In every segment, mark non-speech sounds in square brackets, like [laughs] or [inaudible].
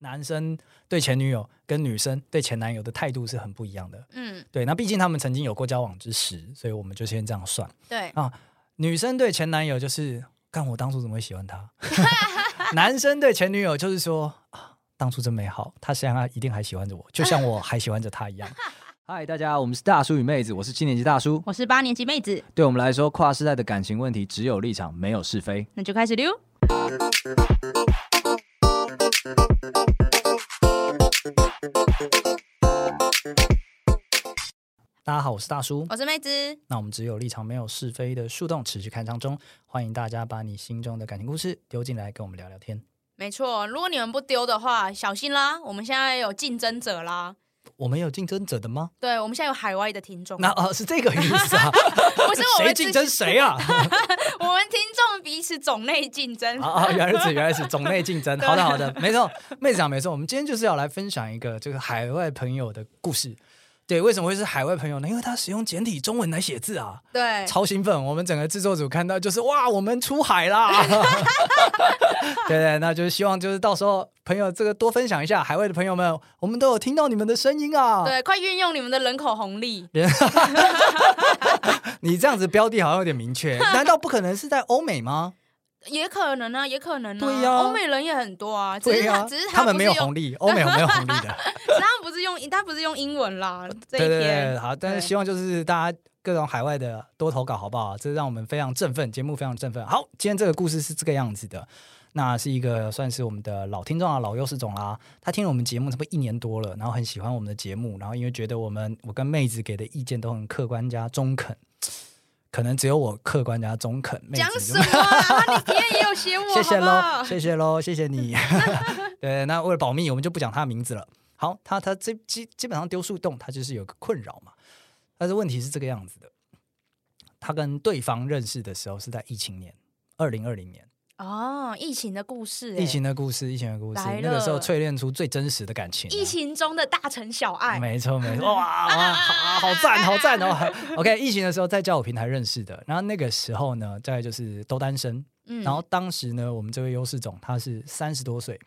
男生对前女友跟女生对前男友的态度是很不一样的。嗯，对，那毕竟他们曾经有过交往之时，所以我们就先这样算。对，女生对前男友就是干，我当初怎么会喜欢他？男生对前女友就是说啊，当初真美好，他现在一定还喜欢着我，就像我还喜欢着他 [laughs] 一样。嗨，大家，我们是大叔与妹子，我是七年级大叔。我是八年级妹子，对我们来说，跨世代的感情问题只有立场，没有是非。那就开始溜。大家好，我是大叔。我是妹子，那我们只有立场没有是非的树洞持续开张中，欢迎大家把你心中的感情故事丢进来跟我们聊聊天。没错。如果你们不丢的话，小心啦，我们现在有竞争者啦。我们有竞争者的吗？对，我们现在有海外的听众，那哦，是这个意思啊？不是 [laughs] 我谁们自己竞争，谁 [laughs] 啊？我们听众彼此种类竞争。啊啊，原来如此，原来是种类竞争。好的，好的，没错，妹子讲啊没错。我们今天就是要来分享一个这个海外朋友的故事。对，为什么会是海外朋友呢？因为他使用简体中文来写字啊，对，超兴奋！我们整个制作组看到就是哇，我们出海 [laughs] 啦！对对，那就是希望就是到时候朋友这个多分享一下海外的朋友们，我们都有听到你们的声音啊。对，快运用你们的人口红利。你这样子标的好像有点明 [laughs] 确，难道不可能是在欧美吗？也可能啊，也可能啊。对呀欧美人也很多啊，只对是他，呀、只是他们不没是有用，红利，欧美没有红利的。只是他们不是用，他不是用英文啦。这一对对对，篇，好，但是对希望就是大家各种海外的多投稿，好不好？这让我们非常振奋，节目非常振奋。好，今天这个故事是这个样子的，那是一个算是我们的老听众啊，老优势种啦，他听了我们节目差不多一年多了，然后很喜欢我们的节目，然后因为觉得我们我跟妹子给的意见都很客观加中肯，可能只有我客观加中肯，妹讲子就什么啊？你别也有写我，谢谢好不喽，哎好？谢谢喽，谢谢你。 [laughs] 对，那为了保密，我们就不讲他的名字了。好，他他这基基本上丢树洞，他就是有个困扰嘛。但是问题是这个样子的，他跟对方认识的时候是在疫情年，二零二零年，哦，疫情的故事、欸，疫情的故事，疫情的故事来，那个时候了淬炼出最真实的感情啊、疫情中的大城小爱，没错没错，哇哇，好好赞好赞哦。OK，疫情的时候在交友平台认识的，然后那个时候呢，再来就是都单身，嗯然后当时呢，我们这位优势总他是三十多岁，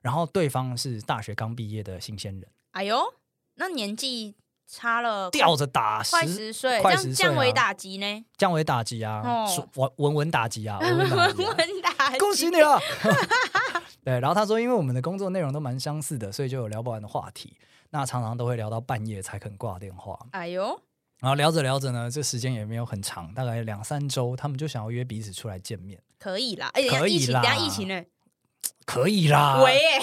然后对方是大学刚毕业的新鲜人，哎呦，那年纪差了快吊着打快十岁，这快样十降岁维啊打击呢？降维打击啊哦，说文文文打击 [laughs] 啊，文文打文击啊、文 [laughs] 打击，恭喜你了。 [laughs] 对，然后他说，因为我们的工作内容都蛮相似的，所以就有聊不完的话题。那常常都会聊到半夜才肯挂电话，哎呦，然后聊着聊着呢，这时间也没有很长，大概两三周，他们就想要约彼此出来见面，可以啦！哎、等一可下以疫情，啦啊等一下疫情呢、可以啦。喂、 [laughs] 欸，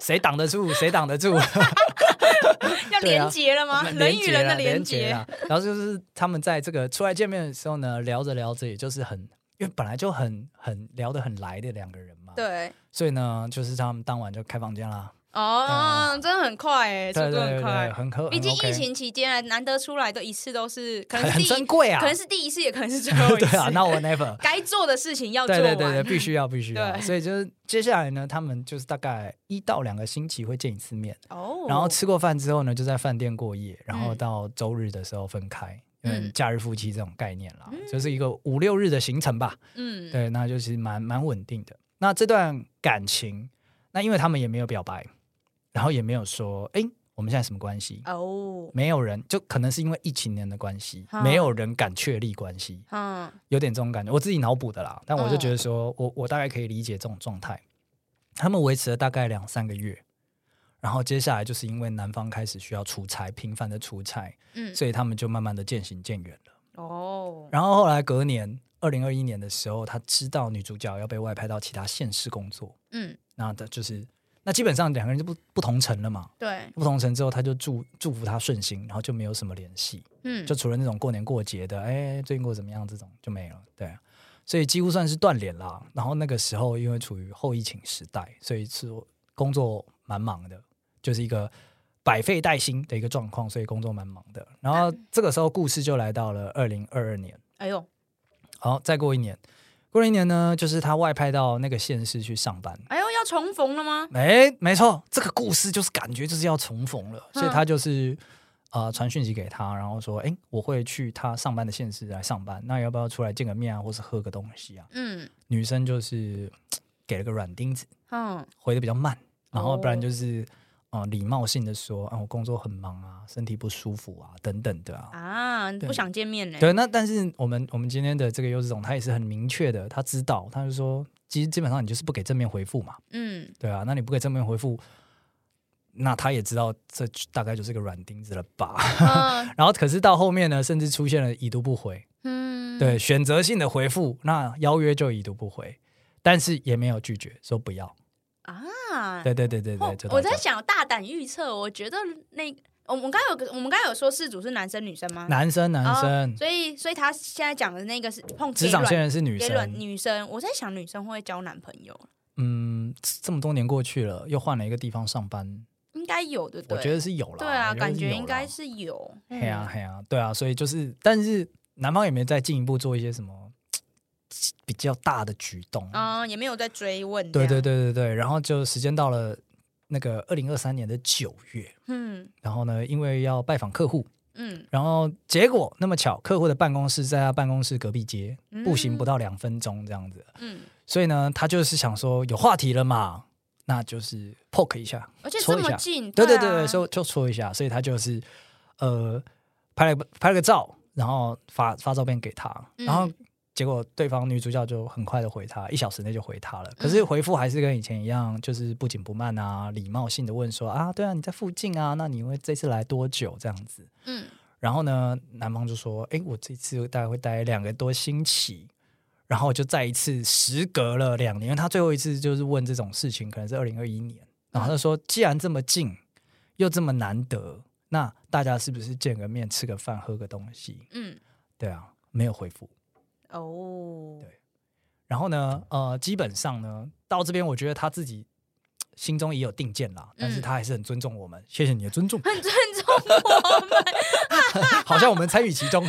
谁挡得住？谁挡得住？要对啊连结了吗？人与人的连结，啊，然后就是他们在这个出来见面的时候呢，聊着聊着，也就是很，因为本来就很很聊得很来的两个人嘛，，对。所以呢，就是他们当晚就开房间啦，哦，真的很快哎、速啊对度对很对对，快。很可，毕竟很 OK 疫情期间啊，难得出来的一次都是，可能很是很第一珍，贵啊，可能是第一次，也可能是 [laughs] 最后一次。对啊，那我 never，该做的事情要做对完。对对对，必须要必须要，对所以就是接下来呢，他们就是大概一到两个星期会见一次面，哦，然后吃过饭之后呢，就在饭店过夜，然后嗯到周日的时候分开。嗯嗯，假日夫妻这种概念啦，就是一个五六日的行程吧。嗯，对，那就是蛮蛮稳定的。那这段感情，那因为他们也没有表白，然后也没有说，哎、我们现在什么关系？哦，没有人，就可能是因为疫情年的关系，好没有人敢确立关系，嗯，有点这种感觉。我自己脑补的啦，但我就觉得说，我我大概可以理解这种状态。他们维持了大概两三个月，然后接下来就是因为男方开始需要出差，频繁的出差，嗯，所以他们就慢慢的渐行渐远了。哦，然后后来隔年，二零二一年的时候，他知道女主角要被外派到其他县市工作，嗯，那他就是那基本上两个人就不不同城了嘛。对，不同城之后，他就祝祝福他顺心，然后就没有什么联系，嗯，就除了那种过年过节的，哎，最近过得怎么样这种就没了。对啊，所以几乎算是断联啦。然后那个时候因为处于后疫情时代，所以是工作蛮忙的，就是一个百废待兴的一个状况，所以工作蛮忙的。然后这个时候故事就来到了二零二二年。哎呦，好，再过一年，过了一年呢，就是他外派到那个县市去上班。哎呦，要重逢了吗？没，没错，这个故事就是感觉就是要重逢了，所以嗯他就是呃传讯息给他，然后说，哎，我会去他上班的县市来上班，那要不要出来见个面啊，或是喝个东西啊？嗯，女生就是嘖给了个软钉子，嗯，哦回的比较慢，然后不然哦就是呃礼貌性的说，啊，我工作很忙啊，身体不舒服啊，等等的啊。啊，对不想见面呢、对，那但是我们我们今天的这个优质总，他也是很明确的，他知道，他就说，其实基本上你就是不给正面回复嘛， [laughs] 嗯，对啊，那你不给正面回复，那他也知道这大概就是个软钉子了吧？ [laughs] 嗯然后可是到后面呢，甚至出现了已读不回，嗯，对，选择性的回复，那邀约就已读不回，但是也没有拒绝，说不要，啊，对对对对对，就我我到在这想大胆预测，我觉得那我们刚刚有个我们刚刚有说事主是男生女生吗？男生男哦生，所以所以他现在讲的那个是碰职场给线软人是女给软生，女生，我在想女生会不会交男朋友，嗯，这么多年过去了，又换了一个地方上班，应该有对不对？我觉得是有了，对啊，我感是觉有应啦该是有。嗯嘿呀嘿呀，对啊，所以就是，但是男方也没再进一步做一些什么比较大的举动。嗯，也没有在追问。对对，对对对，然后就时间到了那个二零二三年的九月，嗯然后呢，因为要拜访客户，嗯，然后结果那么巧，客户的办公室在他办公室隔壁街，步行不到两分钟这样子，嗯，所以呢，他就是想说有话题了嘛，那就是 poke 一下，而且戳这一么下近，对对对对对，啊所以就戳一下，所以他就是呃拍了个拍了个照，然后发发照片给他，嗯然后结果对方女主角就很快的回他，一小时内就回他了，嗯可是回复还是跟以前一样，就是不紧不慢啊，礼貌性的问说啊，对啊，你在附近啊，那你会这次来多久这样子？嗯然后呢，男方就说，诶，我这次大概会待两个多星期。然后就再一次时隔了两年，因为他最后一次就是问这种事情，可能是二零二一年。然后他说，既然这么近，又这么难得，那大家是不是见个面、吃个饭、喝个东西？嗯，对啊，没有回复。哦，对然后呢，呃，基本上呢，到这边我觉得他自己心中也有定见啦，但是他还是很尊重我们，谢谢你的尊重， [laughs] 很尊重我们，好像我们参与其中。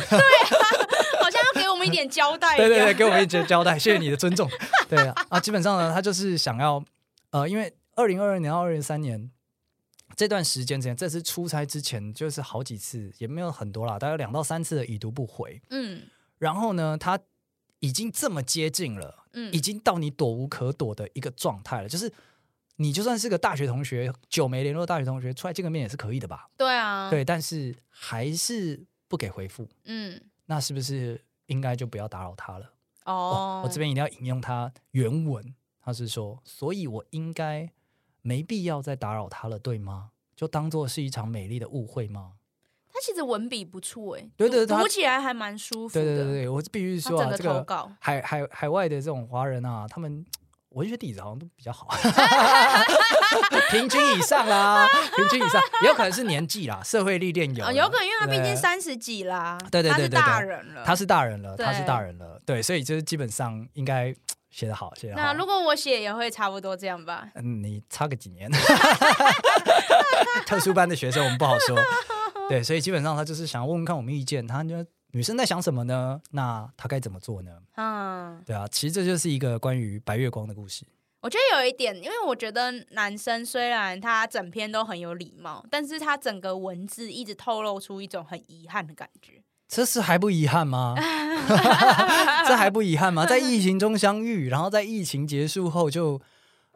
好像要给我们一点交代一对样。对对，给我们一些交 [laughs] 代，谢谢你的尊重。对啊，啊，基本上呢，他就是想要，呃，因为二零二二年到二零三年这段时间之前，这次出差之前，就是好几次，也没有很多啦，大概两到三次的已读不回。嗯然后呢，他已经这么接近了，嗯已经到你躲无可躲的一个状态了，就是。你就算是个大学同学，久没联络的大学同学，出来见个面也是可以的吧？对啊，，对，但是还是不给回复，嗯，那是不是应该就不要打扰他了？哇，哦我这边一定要引用他原文，他是说，所以我应该没必要再打扰他了，对吗？就当做是一场美丽的误会吗？他其实文笔不错哎、对对对读他读起来还蛮舒服的。对对对对，我必须他说整啊，个这投个稿，海海海外的这种华人啊，他们文学底子好像都比较 [laughs] 好，平均以上啦，平均以上，也有可能是年纪啦，社会历练有啊、了，有可能因为他毕对竟三十几啦，对对对他是对对大人了。他是大人了，他是对大人了，对，所以就是基本上应该写得好，写得好。那如果我写也会差不多这样吧。嗯，你差个几年， [laughs] 特殊班的学生我们不好 [laughs] 说。对，所以基本上他就是想要问问看我们意见，他就女生在想什么呢？那他该怎么做呢？嗯，对啊，其实这就是一个关于白月光的故事。我觉得有一点，因为我觉得男生虽然他整篇都很有礼貌，但是他整个文字一直透露出一种很遗憾的感觉。这是还不遗憾 [laughs] 吗？这还不遗憾吗？在疫情中相遇，然后在疫情结束后就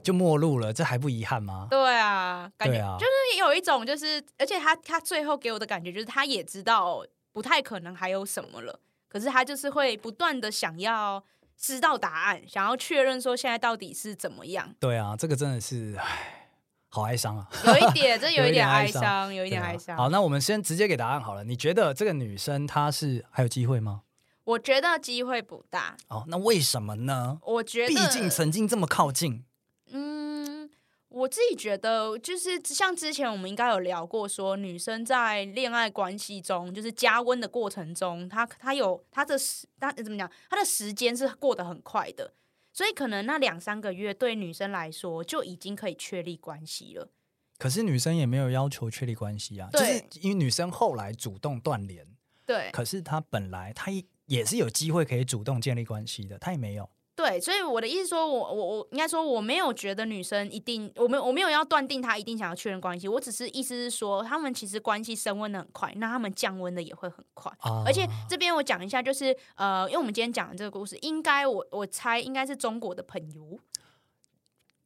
就陌路了，这还不遗憾吗？对啊，感觉对啊，就是有一种就是，而且他他最后给我的感觉就是他也知道不太可能还有什么了，可是他就是会不断的想要知道答案，想要确认说现在到底是怎么样对啊，这个真的是唉，好哀伤啊。有 [laughs] 一点这有有一一点点哀哀伤伤，有一点对啊哀伤。好，那我们先直接给答案好了。你觉得这个女生她是还有机会吗？我觉得机会不大，哦，那为什么呢？我觉得毕竟曾经这么靠近，嗯，我自己觉得就是像之前我们应该有聊过说女生在恋爱关系中，就是加温的过程中，她她有她的时，她呃怎么讲，她的时间是过得很快的，所以可能那两三个月对女生来说就已经可以确立关系了。可是女生也没有要求确立关系啊，就对是因为女生后来主动断联，对可是她本来她也也是有机会可以主动建立关系的，她也没有。对，所以我的意思说我我我应该说我没有觉得女生一定，我没有我没有要断定她一定想要确认关系，我只是意思是说，她们其实关系升温的很快，那她们降温的也会很快。啊而且这边我讲一下，就是呃，因为我们今天讲的这个故事，应该我我猜应该是中国的朋友，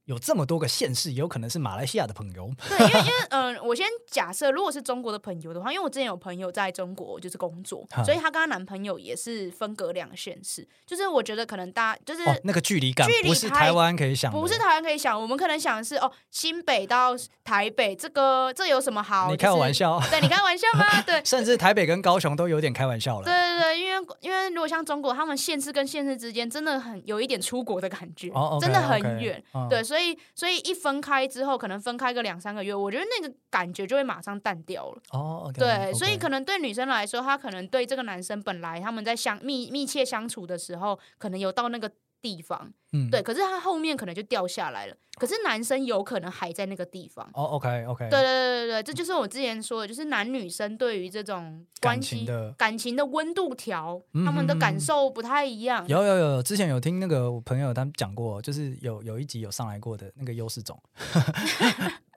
有这么多个县市，有可能是马来西亚的朋友，对，因为因为嗯、呃我先假设，如果是中国的朋友的话，因为我之前有朋友在中国就是工作哈，所以她跟她男朋友也是分隔两个县市，就是我觉得可能大就是。哦，那个距离感距离不是太台湾可以想的，不是台湾可以想，我们可能想的是哦，新北到台北，这个这有什么好？你开我玩就是，笑， [laughs] 对你开玩笑吗？对，甚至台北跟高雄都有点开玩笑了。对对对，因为因为如果像中国，他们县市跟县市之间真的很有一点出国的感觉，哦，OK，真的很 OK，远。嗯对，所以所以一分开之后，可能分开个两三个月，我觉得那个感觉就会马上淡掉了。哦，OK，对，所以 OK 可能对女生来说，她可能对这个男生本来他们在相密密切相处的时候，可能有到那个地方，嗯对，可是他后面可能就掉下来了。可是男生有可能还在那个地方。哦，OK OK，对对对对对，这就是我之前说的，就是男女生对于这种感关系情的感情的温度条，嗯他们的嗯嗯感受不太一样。有有有有，之前有听那个我朋友他们讲过，就是有有一集有上来过的那个优势 [laughs] 种， [laughs]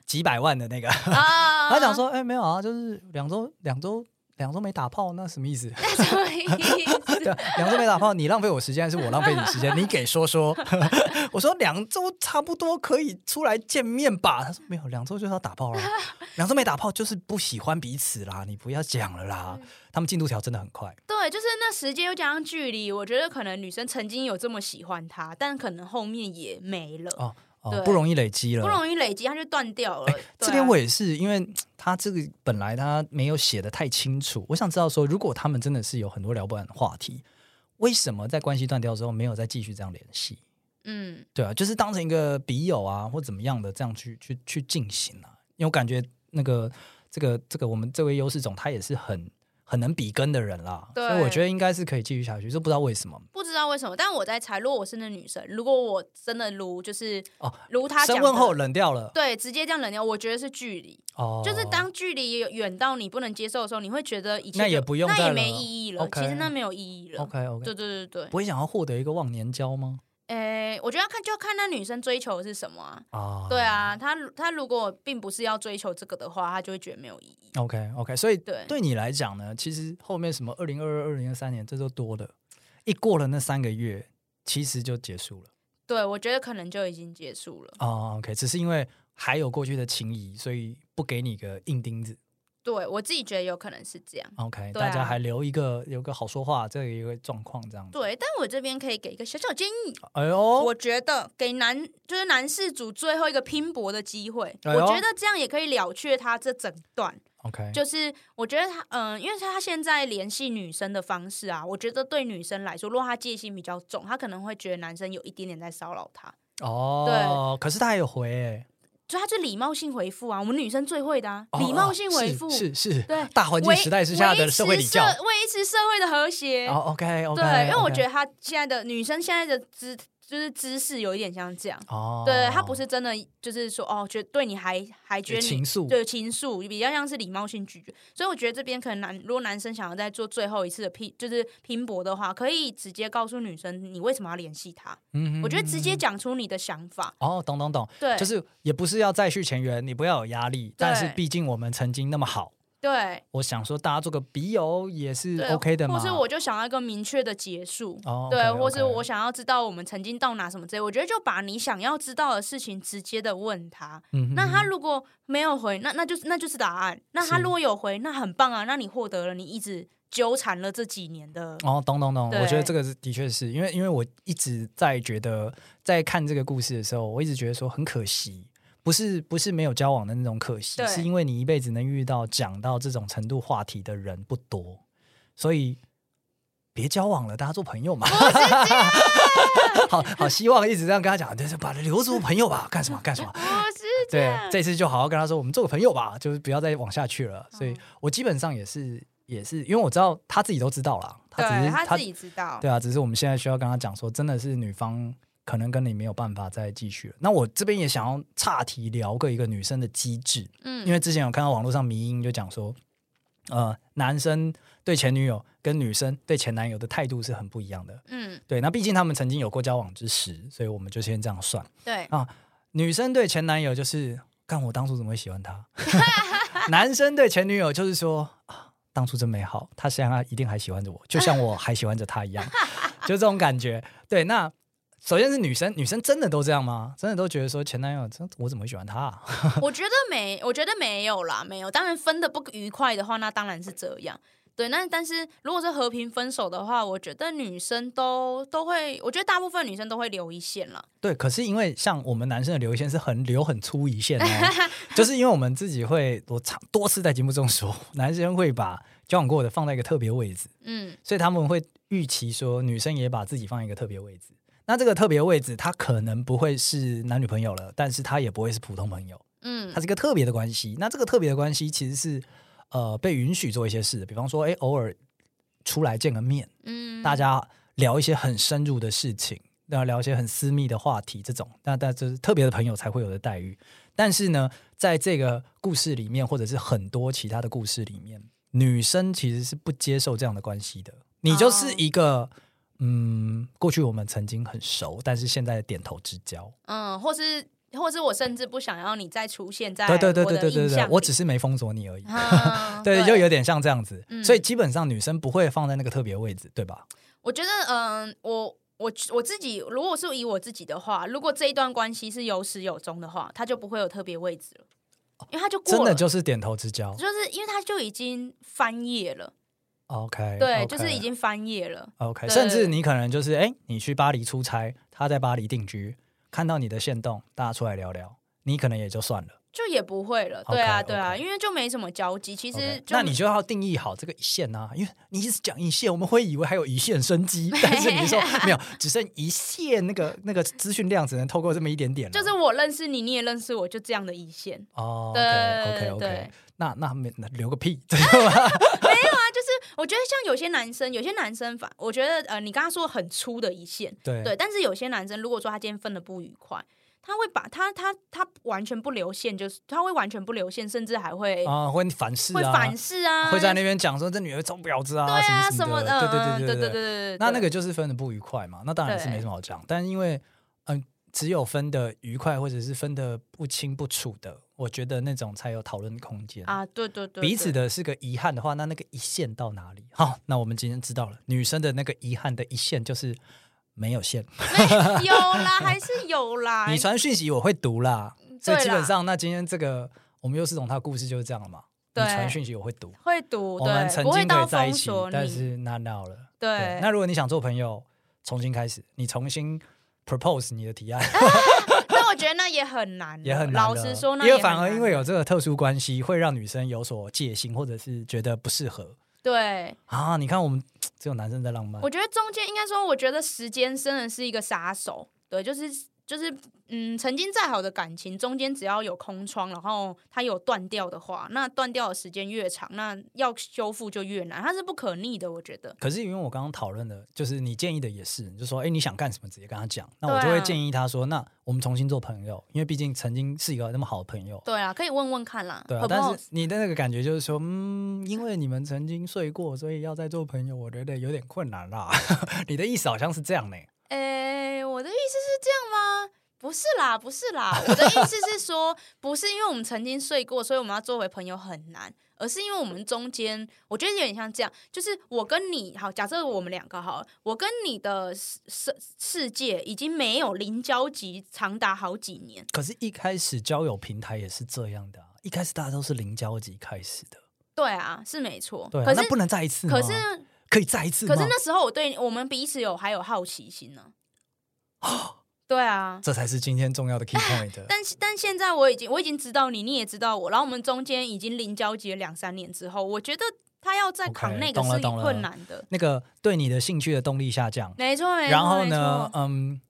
几百万的那个，啊，他讲 [laughs] 说，哎、没有啊，就是两周两周两周没打炮，那什么意 [laughs] 思？那什么意思？对，啊两周没打炮，你浪费我时间，还是我浪费你时间？你给说说。 [laughs] 我说两周差不多可以出来见面吧。他说没有，两周就是要打 [laughs] 炮啦，两周没打炮就是不喜欢彼此啦，你不要讲了啦。嗯他们进度条真的很快，对，就是那时间又加上距离，我觉得可能女生曾经有这么喜欢他，但可能后面也没了，哦哦，对不容易累积了，不容易累积，他就断掉了。哎啊这边我也也是，因为他这个本来他没有写的太清楚，我想知道说，如果他们真的是有很多聊不完的话题，为什么在关系断掉之后没有再继续这样联系？嗯，对啊，就是当成一个笔友啊，或怎么样的这样去去去进行啊。因为我感觉那个这个这个我们这位优势总他也是很很能比根的人啦，所对以我觉得应该是可以继续下去，就不知道为什么不知道为什么，但我在猜，如果我是那女生，如果我真的如就是哦如他升讲温的后冷掉了对，直接这样冷掉，我觉得是距离。哦，就是当距离远到你不能接受的时候，你会觉得一切那就也不用那再也了没意义了。 OK 其实那没有意义了。 OK OK，对对对对，不会想要获得一个忘年交吗？诶、我觉得要看就要看那女生追求的是什么啊。啊，对啊，她她如果并不是要追求这个的话，她就会觉得没有意义。 OK OK，所啊以对对你来讲呢，其实后面什么二零二二、二零二三年，这都多了。一过了那三个月，其实就结束了。对，我觉得可能就已经结束了。哦、o k 只是因为还有过去的情谊，所以不给你个硬钉子。对我自己觉得有可能是这样。 OK，、对啊大家还留一个留个好说话，这一个状况这样子。对，但我这边可以给一个小小建议，哎呦，我觉得给男就是男事主最后一个拼搏的机会，哎我呦觉得这样也可以了却他这整段。 OK，就是我觉得他，嗯、因为他现在联系女生的方式啊，我觉得对女生来说，如果他戒心比较重，他可能会觉得男生有一点点在骚扰他，哦，可是他还有回哎、所以他就礼貌性回复啊。我们女生最会的啊，哦礼貌性回复，哦是是是对大环境维时代之下的社会礼教维持。社维持社会的和谐。哦，OK OK，对，因为我觉得得他现在的女生现在的姿就是姿势有一点像这样。哦，对他不是真的，就是说哦，觉得对你还还觉得你情愫，对情愫，比较像是礼貌性拒绝。所以我觉得这边可能男，如果男生想要再做最后一次的拼，就是拼搏的话，可以直接告诉女生你为什么要联系她。嗯我觉得直接嗯讲出你的想法，哦，懂懂懂，对，就是也不是要再续前缘，你不要有压力。但是毕竟我们曾经那么好，对我想说大家做个笔友也是对 OK 的嘛。或是我就想要一个明确的结束。哦，对 OK，OK 或是我想要知道我们曾经到哪什么之类，我觉得就把你想要知道的事情直接的问他。嗯哼那他如果没有回，那那就是那就是答案。那他是如果有回，那很棒啊，那你获得了你一直纠缠了这几年的哦，懂懂懂，嗯对我觉得这个是的确是因为因为我一直在觉得在看这个故事的时候，我一直觉得说很可惜。不是不是没有交往的那种可惜，对是因为你一辈子能遇到讲到这种程度话题的人不多，所以别交往了，大家做朋友嘛。哦 [laughs] 好好希望一直这样跟他讲，对，就把他留住朋友吧，干什么干什么。不哦是 [laughs] 这对样，，这次就好好跟他说，我们做个朋友吧，就是不要再往下去了。所以嗯我基本上也是也是，因为我知道他自己都知道啦，他只对是他自己知道。对啊，只是我们现在需要跟他讲说，真的是女方可能跟你没有办法再继续了。那我这边也想要岔题聊个一个女生的机制，因嗯，为之前有看到网络上迷因就讲说，呃，男生对前女友跟女生对前男友的态度是很不一样的。嗯，对，那毕竟他们曾经有过交往之时，所以我们就先这样算。对，女生对前男友就是，看我当初怎么会喜欢他； [laughs] 男生对前女友就是说，啊，当初真美好，他 [laughs] 现在一定还喜欢着我，就像我还喜欢着他一样，就这种感觉。对，那首先是女生，女生真的都这样吗？真的都觉得说前男友，这我怎么会喜欢他、啊？ [laughs] 我觉得没，我觉得没有啦，没有。当然分的不愉快的话，那当然是这样。对，那但是如果是和平分手的话，我觉得女生都都会，我觉得大部分女生都会留一线了。对，可是因为像我们男生的留一线是很留很粗一线哦，就是因为我们自己会，我常多次在节目中说，男生会把交往过的放在一个特别位置，嗯，所以他们会预期说女生也把自己放在一个特别位置。那这个特别位置，他可能不会是男女朋友了，但是他也不会是普通朋友，嗯它是一个特别的关系。那这个特别的关系其实是呃被允许做一些事的，比方说，哎，偶尔出来见个面，嗯，大家聊一些很深入的事情，那聊一些很私密的话题，这种，那但就是特别的朋友才会有的待遇。但是呢，在这个故事里面，或者是很多其他的故事里面，女生其实是不接受这样的关系的。你就是一个，哦嗯，过去我们曾经很熟，但是现在点头之交。嗯，或是或是我甚至不想要你再出现在对对对我对的对对印对象，我里只是没封锁你而已。啊 [laughs] 对，就有点像这样子，嗯所以基本上女生不会放在那个特别位置，对吧？我觉得，嗯、我我我自己，如果是以我自己的话，如果这一段关系是有始有终的话，他就不会有特别位置了，因为他就过了，真的就是点头之交。就是因为他就已经翻页了， OK，对就是已经翻页了。 OK，对甚至你可能就是哎、诶你去巴黎出差，他在巴黎定居，看到你的线动，大家出来聊聊，你可能也就算了。就也不会了，对啊 OK，OK 对啊因为就没什么交集。其 OK，实就那你就要定义好这个一线啊，因为你一直讲一线，我们会以为还有一线生 [laughs] 机，但是你说没有，只剩一线，那个那个资讯量只能透过这么一点点了。就是我认识你，你也认识我，就这样的一线。哦对，OK OK 对 OK，那那没那留个屁，知道 [laughs] 吗？啊，就是我觉得像有些男生，有些男生反，我觉得呃，你刚刚说很粗的一线，对对，但是有些男生如果说他今天分的不愉快，他会把他他他完全不留线，就是他会完全不留线，甚至还会、啊，会反噬会啊，反噬啊，会在那边讲说这女儿装婊子啊，对啊什么么的，的，嗯对对对对对对。那那对个就是分的不愉快嘛，那当然是没什么好讲。但因为嗯、只有分的愉快或者是分的不清不楚的，我觉得那种才有讨论空间。啊，对对对，彼此对的是个遗憾的话，那那个一线到哪里？好，那我们今天知道了，女生的那个遗憾的一线就是没有线。没有啦，还是有啦 [laughs] 。你传讯息我会读啦，所以哎嗯对基本啦上那今天这个我们又是从他的故事就是这样了嘛。你对传讯息我会读，会读，我们对，曾不会经可以到在一封起锁，但你，是 not now 了。对对，，那如果你想做朋友，重新开始，你重新 propose 你的提案但我觉得那也很难 [laughs] 了，也很难啊老了实说，那因也为很反而难因为有这个特殊关系，会让女生有所戒心，或者是觉得不适合对，啊。你看我们只有男生在浪漫我，觉得中间应该说，我觉得时间真的是一个杀手，对，就是就是，嗯，曾经再好的感情，中间只要有空窗，然后它有断掉的话，那断掉的时间越长，那要修复就越难，它是不可逆的，我觉得。可是因为我刚刚讨论的，就是你建议的也是，你就说哎、诶你想干什么直接跟他讲，那我对啊就会建议他说，那我们重新做朋友，因为毕竟曾经是一个那么好的朋友。对啊，可以问问看啦。对啊，好不但好是你的那个感觉就是说，嗯，因为你们曾经睡过，所以要再做朋友，我觉得有点困难啦。 [laughs] 你的意思好像是这样呢、诶，我的意思是这样吗？不是啦，不是啦，我的意思是说，不是因为我们曾经睡过，所以我们要做回朋友很难，而是因为我们中间，我觉得有点像这样，就是我跟你好，假设我们两个好了，我跟你的世世世界已经没有零交集，长达好几年。可是，一开始交友平台也是这样的、啊，一开始大家都是零交集开始的，对啊，是没错。对、啊，可是那不能再一次吗？可是可以再一次吗？可是那时候我对我们彼此有还有好奇 [laughs] 心呢。对啊，这才是今天重要的 key point。 [laughs] 但是但现在我已经我已经知道你，你也知道我，然后我们中间已经零交集了两三年之后，我觉得他要再 OK，扛那个懂了是懂了困难的。那个对你的兴趣的动力下降，没错，没错。然后没呢，错？嗯，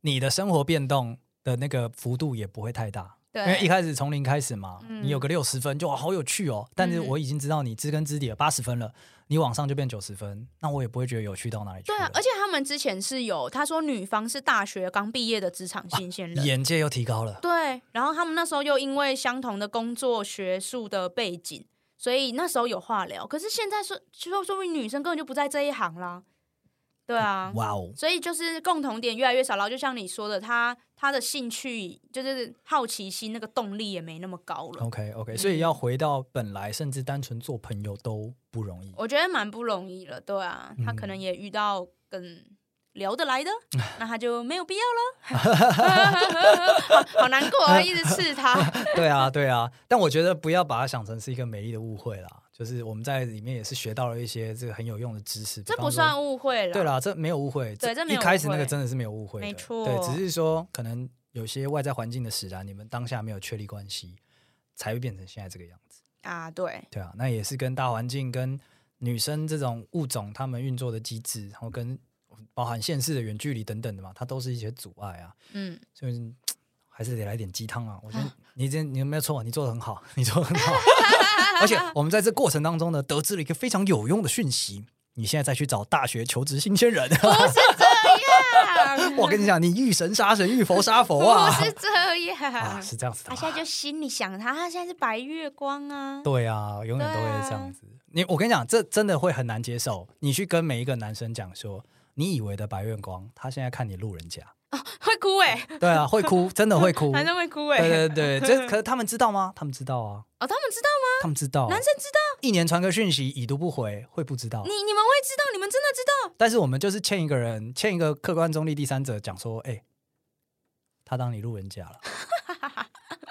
你的生活变动的那个幅度也不会太大。因为一对，开始从零开始嘛，嗯你有个六十分就哇好有趣哦，但是嗯我已经知道你知根知底了八十分了，你往上就变九十分，那我也不会觉得有趣到哪里去对了。啊，而且他们之前是有他说女方是大学刚毕业的职场新鲜人。眼界又提高了。对，然后他们那时候又因为相同的工作、学术的背景，所以那时候有话聊。可是现在说，说说明女生根本就不在这一行啦。对啊，哇哦，所以就是共同点越来越少，然后就像你说的，他他的兴趣就是好奇心那个动力也没那么高了， OK OK，所以嗯要回到本来，甚至单纯做 [laughs] 朋友都不容易。嗯我觉得蛮不容易了，对啊，他可能也遇到更聊 [laughs] 得来的，那他就没有必要了。 [laughs] 好好难过啊，一直刺他。对啊，对啊，但我觉得不要把它想成是一个美丽的误会啦，就是我们在里面也是学到了一些这个很有用的知识。这比不方说算误会了。对啦，这没有误会，对这没一有开误始那个会真的是没有误会的，没错对，只是说可能有些外在环境的使然，你们当下没有确立关系，才会变成现在这个样子，啊，对，对啊，那也是跟大环境跟女生这种物种它们运作的机制，然后跟包含现世的远距离等等的嘛，它都是一些阻碍啊， [laughs] 嗯，所以还是得来点鸡汤啊。我觉得你这你没有错，你做的很好，你做的 [laughs] 很好。而且我们在这过程当中呢，得知了一个非常有用的讯息。你现在再去找大学求职新鲜人， [laughs] 我跟你讲，你遇神杀神，遇佛杀佛啊！不是这样。啊，是这样子的 [laughs] 他吗。现在就心里想他，他现在是白月光啊。对啊，永远都会这样子。你我跟你讲，这真的会很难接受。你去跟每一个男生讲说，你以为的白月光，他现在看你路人甲，会哭哎、欸，对啊，会哭，真的会 [laughs] 哭。男生会哭哎、对对对，这可是他们知道吗？他们知道啊，哦，他们知道吗？他们知道啊。男生知道，一年传个讯息已读不回，会不知道。你你们会知道，你们真的知道。但是我们就是欠一个人，欠一个客观中立第三者讲说，哎、他当你路人甲了，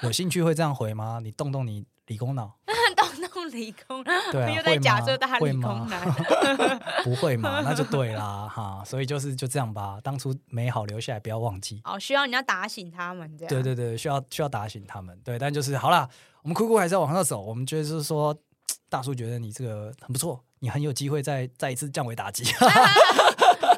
有兴趣会这样回吗？你动动你理工脑，动动理工，对啊， [laughs] 又在假设大家会理吗会吗工？男， [laughs] 不会嘛？那就对啦，哈，所以就是就这样吧，当初美好留下来，不要忘记。哦，需要人家打醒他们这样。对对对，需要需要打醒他们。对，但就是好啦，我们酷酷还是要往上走。我们觉得就是说，大叔觉得你这个很不错，你很有机会再再一次降维打击。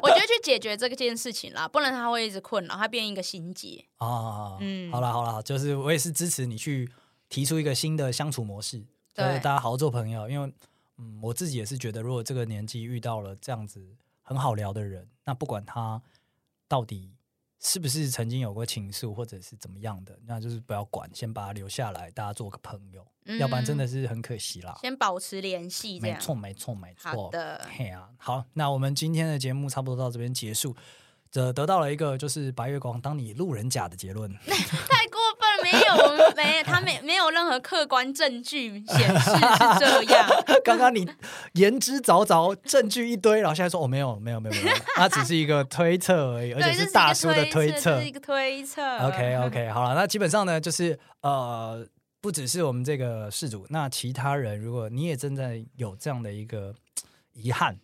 我觉得去解决这件事情啦，不然他会一直困扰，他变一个心结。啊，嗯，嗯好啦好啦，就是我也是支持你去提出一个新的相处模式，就是对大家好好做朋友，因为嗯，我自己也是觉得，如果这个年纪遇到了这样子很好聊的人，那不管他到底是不是曾经有过情愫或者是怎么样的，那就是不要管，先把他留下来，大家做个朋友，嗯要不然真的是很可惜啦。先保持联系，这没样。错，没错，没错。好的嘿啊，好，那我们今天的节目差不多到这边结束，这得到了一个就是白月光当你路人甲的结论。太过分了，没有，没，[laughs] 他没没有任何客观证据显示是这样。刚刚你言之凿凿，证据一堆，然后现在说哦没有没有没有没有，它只是一个推测而已， [laughs] 而对，且这是一大个叔的推嗯测，测这是。一个推测。 OK OK，好了，那基本上呢，就是呃，不只是我们这个事主，那其他人，如果你也正在有这样的一个遗憾，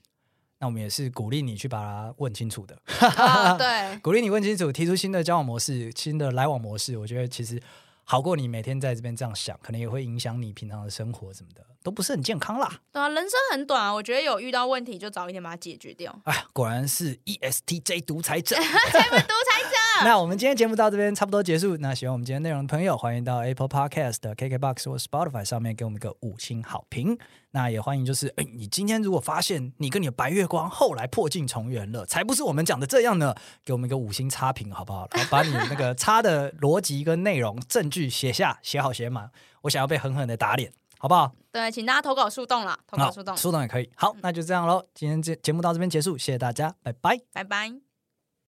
那我们也是鼓励你去把它问清楚的。啊，对， [laughs] 鼓励你问清楚，提出新的交往模式、新的来往模式，我觉得其实好过你每天在这边这样想，可能也会影响你平常的生活什么的，都不是很健康啦。对啊，人生很短啊，我觉得有遇到问题就早一点把它解决掉。哎，果然是 ESTJ 独裁者。 [laughs] 独裁者，那我们今天节目到这边差不多结束。那喜欢我们今天内容的朋友，欢迎到 Apple Podcast、KKBox 或 Spotify 上面给我们一个五星好评。那也欢迎就是，哎，你今天如果发现你跟你的白月光后来破镜重圆了，才不是我们讲的这样呢，给我们一个五星差评好不好？然后把你那个差的逻辑跟内容证据写下，写好写满，我想要被狠狠的打脸，好不好？对，请大家投稿树洞啦，投稿树洞，树洞也可以。好，那就这样喽。今天节节目到这边结束，谢谢大家，拜拜。拜拜。